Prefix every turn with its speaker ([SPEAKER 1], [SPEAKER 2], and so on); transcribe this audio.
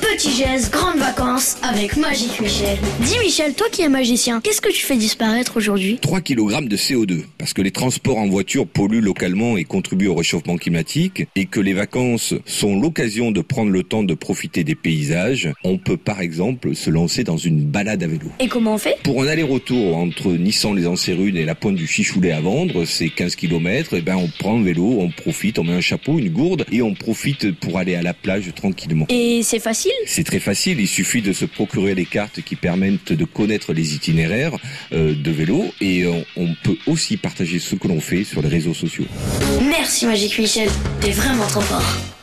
[SPEAKER 1] Petit geste, grandes vacances avec Magique Michel. Dis Michel, toi qui es magicien, qu'est-ce que tu fais disparaître aujourd'hui
[SPEAKER 2] 3 kg de CO2, parce que les transports en voiture polluent localement et contribuent au réchauffement climatique, et que les vacances sont l'occasion de prendre le temps de profiter des paysages, on peut par exemple se lancer dans une balade à vélo.
[SPEAKER 1] Et comment on fait
[SPEAKER 2] Pour un aller-retour entre Nissan-les-Ancerunes et la pointe du Chichoulet à vendre, c'est 15 km, et ben on prend le vélo, on profite, on met un chapeau, une gourde, et on profite pour aller à la plage tranquillement.
[SPEAKER 1] Et c'est facile
[SPEAKER 2] C'est très facile, il suffit de se procurer les cartes qui permettent de connaître les itinéraires euh, de vélo et on, on peut aussi partager ce que l'on fait sur les réseaux sociaux.
[SPEAKER 1] Merci Magique Michel, t'es vraiment trop fort.